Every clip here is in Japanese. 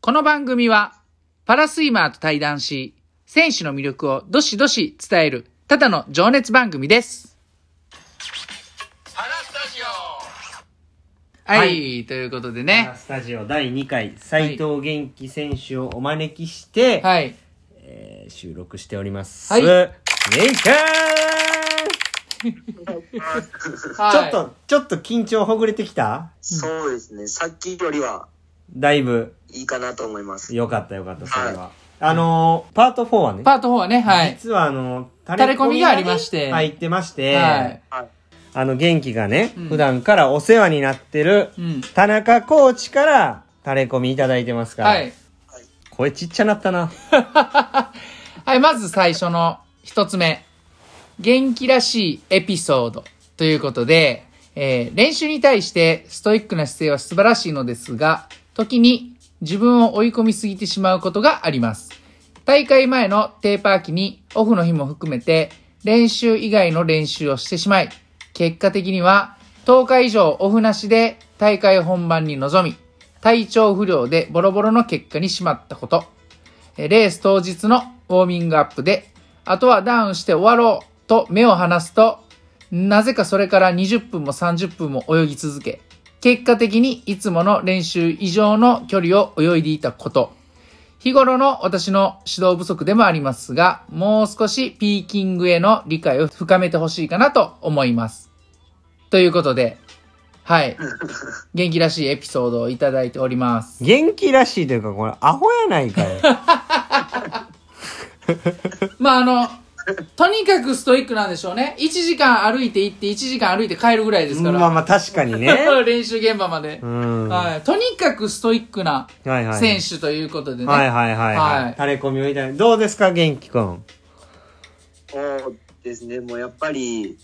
この番組は、パラスイマーと対談し、選手の魅力をどしどし伝える、ただの情熱番組です。パラスタジオはい、はということでパねラ。スタジオ第2回斉藤元気選手をお招きして、はい。えー収録しております。はいイエイキャーはいちょっと、ちょっと緊張ほぐれてきたそうですね。さっきよりはだいぶいいかなと思います。よかったよかった、それは。はあのー、パート4はね、パート4はね、はい。実はあのー、垂れ込みがありまして入ってまして、はい。はい。あの、元気がね、うん普段からお世話になってるうん。田中コーチから垂れ込みいただいてますから、はい。声ちっちゃなったな。はい、まず最初の一つ目。元気らしいエピソードということで、えー練習に対してストイックな姿勢は素晴らしいのですが、時に自分を追い込みすぎてしまうことがあります。大会前のテーパー期にオフの日も含めて練習以外の練習をしてしまい、結果的には10日以上オフなしで大会本番に臨み、体調不良でボロボロの結果にしまったこと。えーレース当日のウォーミングアップで、あとはダウンして終わろうと目を離すと、なぜかそれから20分も30分も泳ぎ続け、結果的にいつもの練習以上の距離を泳いでいたこと。日頃の私の指導不足でもありますが、もう少しピーキングへの理解を深めてほしいかなと思います。ということで、はい。元気らしいエピソードをいただいております。元気らしいというか、これ、アホやないかよ。まああの、とにかくストイックなんでしょうね。1時間歩いて行って、1時間歩いて帰るぐらいですから。まあまあ、確かにね。 練習現場までう、ん。ははい。とにかくストイックないはい。選手ということでね。はいはいはいはい。はい垂れ込みをいただいて。どうですか、元気くん。そうですね。もうやっぱり、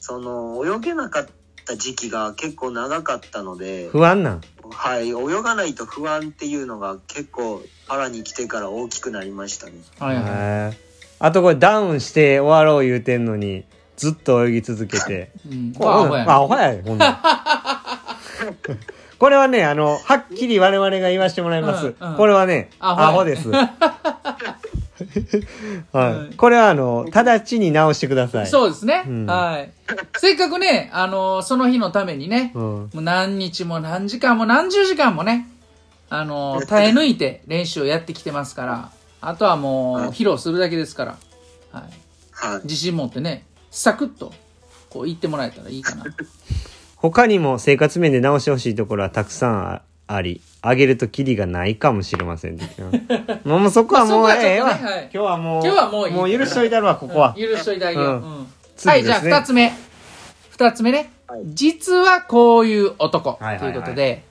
その、泳げなかった時期が結構長かったので、不安なん。はい。泳がないと不安っていうのが結構、パラに来てから大きくなりましたね。はいはいへえあとこれ、ダウンして終わろう言うてんのに、ずっと泳ぎ続けて。うん こまれあアホやあ、アホやでほんなん。 これはね、あの、はっきり我々が言わせてもらいます。うんうんこれはね、アホやア ホです。はうんい。これは、あの、直ちに直してください。そうですね、うんはい。せっかくね、あのその日のためにね、うもん。う何日も何時間も何十時間もね、あの耐え抜いて練習をやってきてますから、あとはもうはい披露するだけですから、はい。はい。自信持ってね、サクッと、こう言ってもらえたらいいか な。他にも生活面で直してほしいところはたくさんああり、あげるとキリがないかもしれませんね。 もうもうそこはもうまあそこはちょっとねええわ。はい今日はもう、今日はもういい許しといたるわ、ここは。許しといてあげよう。うんうんは次い、ですじねゃあ二つ目。二つ目ねはい。実はこういう男。とはいはいはいいうことで、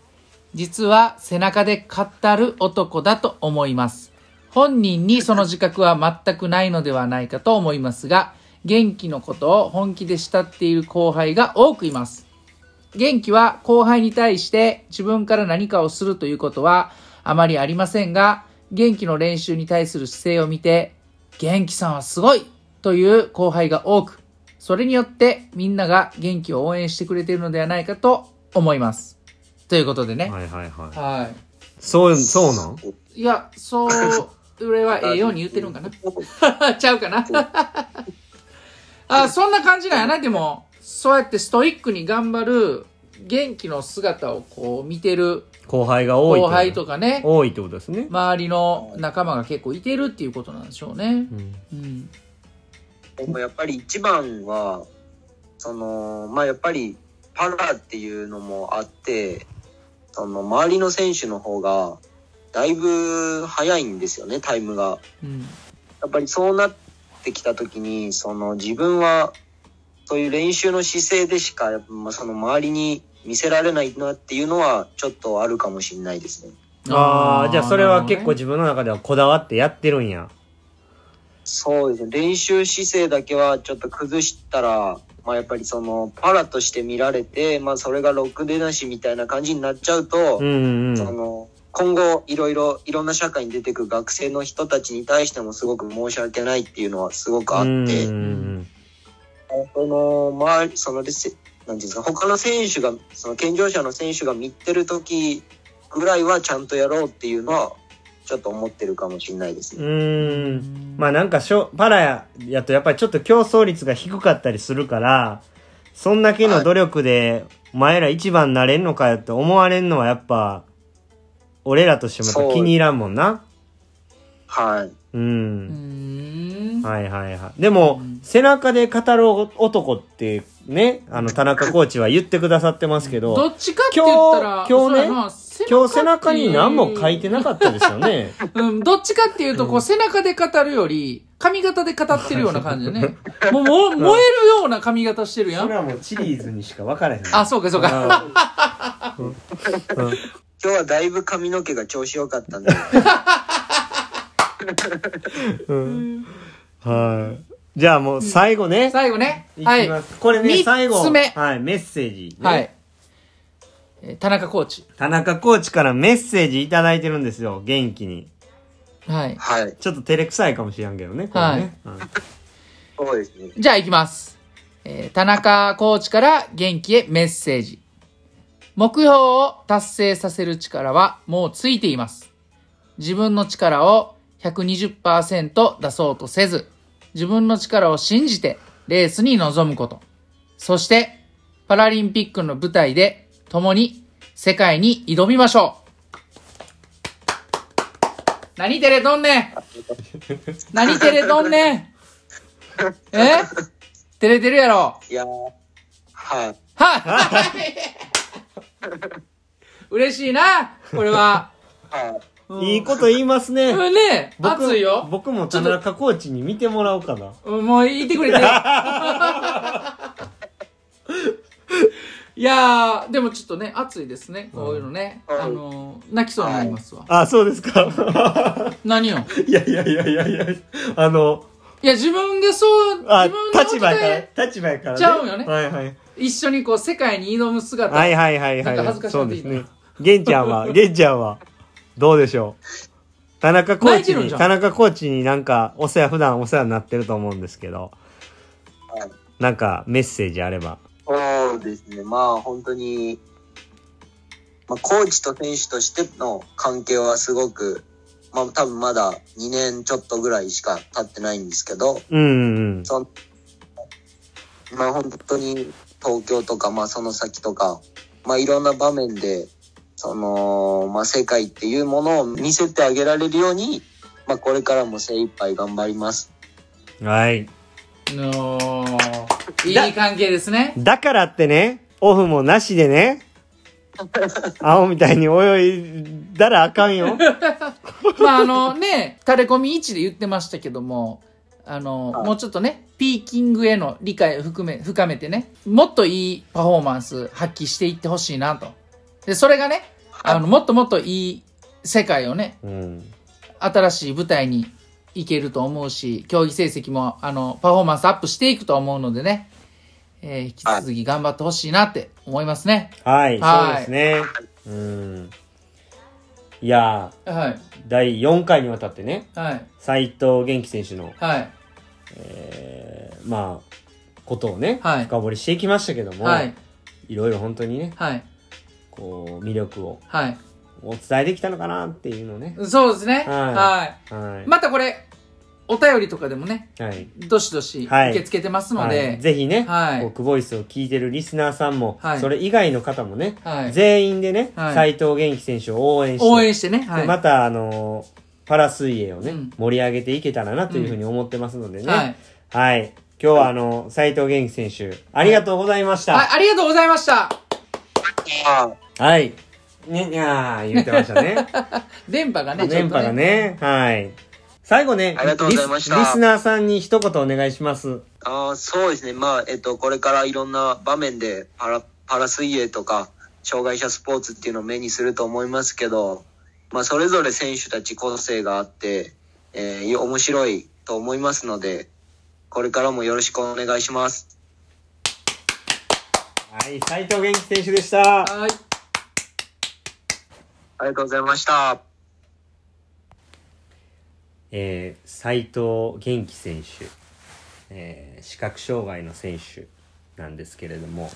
実は背中で語る男だと思います。本人にその自覚は全くないのではないかと思いますが、元気のことを本気で慕っている後輩が多くいます。元気は後輩に対して自分から何かをするということはあまりありませんが、元気の練習に対する姿勢を見て、元気さんはすごいという後輩が多く、それによってみんなが元気を応援してくれているのではないかと思います。ということでね。はいはいは。はいそう、そうなんい。いや、そう、俺はええように言ってるんかな。 ちゃうかな。あ、そんな感じなんやな。でも、そうやってストイックに頑張る元気の姿をこう見てる後輩が多い。後輩と。かね、多いってことですね。周りの仲間が結構いてるっていうことなんでしょうねう。んうん。でもやっぱり一番はそのまあやっぱりパラっていうのもあってその周りの選手の方がだいぶ早いんですよねタイムが。うん。やっぱりそうなってきた時にその自分はそういう練習の姿勢でしかやっぱまあその周りに見せられないなっていうのはちょっとあるかもしれないですね。ああ、じゃあそれは結な構る自分の中ではこだわってやってるんや。そうですね練習姿勢だけはちょっと崩したら、まあ、やっぱりそのパラとして見られて、まあ、それがロックでなしみたいな感じになっちゃうと、うんうんそうん。の今後いろいろいろんな社会に出てく学生の人たちに対してもすごく申し訳ないっていうのはすごくあっうんて、うんその周りそのレセなんていうんですか他の選手がその健常者の選手が見てる時ぐらいはちゃんとやろうっていうのは、ちょっと思ってるかもしれないですうね。ーん。まあなんかしょ、パラややとやっぱりちょっと競争率が低かったりするから、そんだけの努力で、お前ら一番なれんのかよって思われんのはやっぱ、俺らとしてもやっぱ気に入らんもんな。はい。うう。んーん。はいはいはい。でも、うん背中で語る男ってね、あの、田中コーチは言ってくださってますけどど、っちかって言ったら、今日今そう日ねやな今日背中に何も書いてなかったですよね。うん、どっちかっていうと、こう、背中で語るより、髪型で語ってるような感じだね。もう、 もう燃えるような髪型してるや それん。はもうチリーズにしか分からへん。あ、そうか、そうか。うん。今日はだいぶ髪の毛が調子良かったんで、うんうんはい。じゃあもう最後ね。最後ね。いきはい。ます。これね、三最後。つ目はい、メッセージね。はい。えー田中コーチ。田中コーチからメッセージいただいてるんですよ、元気に。はい。はい。ちょっと照れくさいかもしれんけどね、これね。はいそうですね。じゃあ行きます。えー田中コーチから元気へメッセージ。目標を達成させる力はもうついています。自分の力を120%出そうとせず、自分の力を信じてレースに臨むこと。そして、パラリンピックの舞台で共に世界に挑みましょう。何照れとんねん何照れとんねんえ照れてるやろいやーはい。はい嬉しいなこれは。はい。うんいいこと言いますね。うんね僕熱いよ。僕も田中コーチに見てもらおうかな。うんもう言ってくれて。いやー、でもちょっとね、熱いですね。こういうのね。うんあのー、泣きそうになりますわ。あ、そうですか。 何よ。いやいやいやいやいや、あの、いや、自分でそう、自あ、分の立場時や代から、立場やから、ね。ちゃうよねはいはい。一緒にこう、世界に挑む姿。はいはいはいなんかは恥ずかい。しなそっうてでいいすなね。玄ちゃ んは、玄ちゃんは、どうでしょう。田中コー泣いてチるんに、じゃん田中コーチになんか、お世話、普段お世話になってると思うんですけど、はいなんかメッセージあれば。そうですね。まあ本当に、まあ、コーチと選手としての関係はすごく、まあ多分まだ2年ちょっとぐらいしか経ってないんですけど、うんうんうん。そのまあ本当に東京とか、まあその先とか、まあいろんな場面で、その、まあ世界っていうものを見せてあげられるように、まあこれからも精一杯頑張ります。はい。のーいい関係ですね。だからってね、オフもなしでね、 青みたいに泳いだらあか んよ。まああのね、垂れ込み1で言ってましたけども、あの、はいもうちょっとね、ピーキングへの理解を含め、深めてね、もっといいパフォーマンス発揮していってほしいなと。で、それがね、あの、もっともっといい世界をね、うん。新しい舞台に行けると思うし、競技成績も、あの、パフォーマンスアップしていくと思うのでね、えー引き続き頑張ってほしいなって思いますね。はい、はいそうですね。うん。いやはい。ー、第4回にわたってね、はい。斎藤元気選手の、はい。えー、まあ、ことをね、はい深掘りしていきましたけども、はい。いろいろ本当にね、はい。こう、魅力をはい。お伝えできたのかなっていうのをね。そうですね。はいはいはい。またこれ、お便りとかでもね、はい。どしどしはい受け付けてますのはい、で、ぜひね、はいボックボイスを聞いてるリスナーさんも、はいそれ以外の方もね、はい全員でね、はい斎藤元気選手を応援して、応援してね、はい。でまた、あのーパラ水泳をね、うん盛り上げていけたらなというふうに思ってますのでね。はいはい。今日はあの、斎藤元気選手、ありがとうございました。はい、ありがとうございました。あはい。ね、にゃー言ってましたね。電波がね、ちょ電っと波が。ね。はい。最後ね、ありがとうございましたリスリスナーさんに一言お願いします。あーそうですね、まあえっと、これからいろんな場面でパラパラ水泳とか障害者スポーツっていうのを目にすると思いますけど、まあ、それぞれ選手たち個性があって、えー面白いと思いますのでこれからもよろしくお願いします。はい、斎藤元気選手でした。はい。ありがとうございました。えー、斉藤元気選手、えー視覚障害の選手なんですけれども、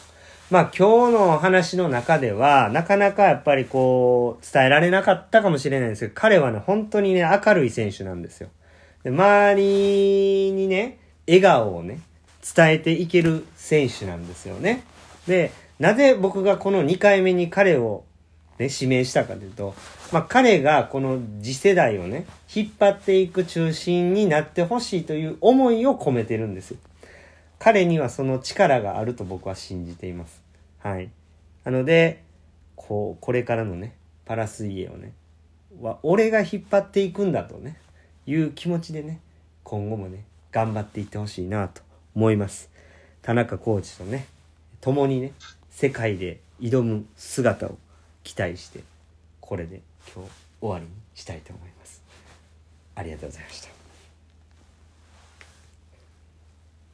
まあ今日の話の中では、なかなかやっぱりこう、伝えられなかったかもしれないんですけど、彼はね、本当にね、明るい選手なんですよ。で周りにね、笑顔をね、伝えていける選手なんですよね。で、なぜ僕がこの2回目に彼を、ね、指名したかというと、まあ、彼がこの次世代をね、引っ張っていく中心になってほしいという思いを込めてるんですよ。彼にはその力があると僕は信じています。はい。なので、こう、これからのね、パラ水泳をね、は俺が引っ張っていくんだとね、いう気持ちでね、今後もね、頑張っていってほしいなと思います。田中コーチとね、共にね、世界で挑む姿を期待して、これで今日終わりにしたいと思います。ありがとうございました。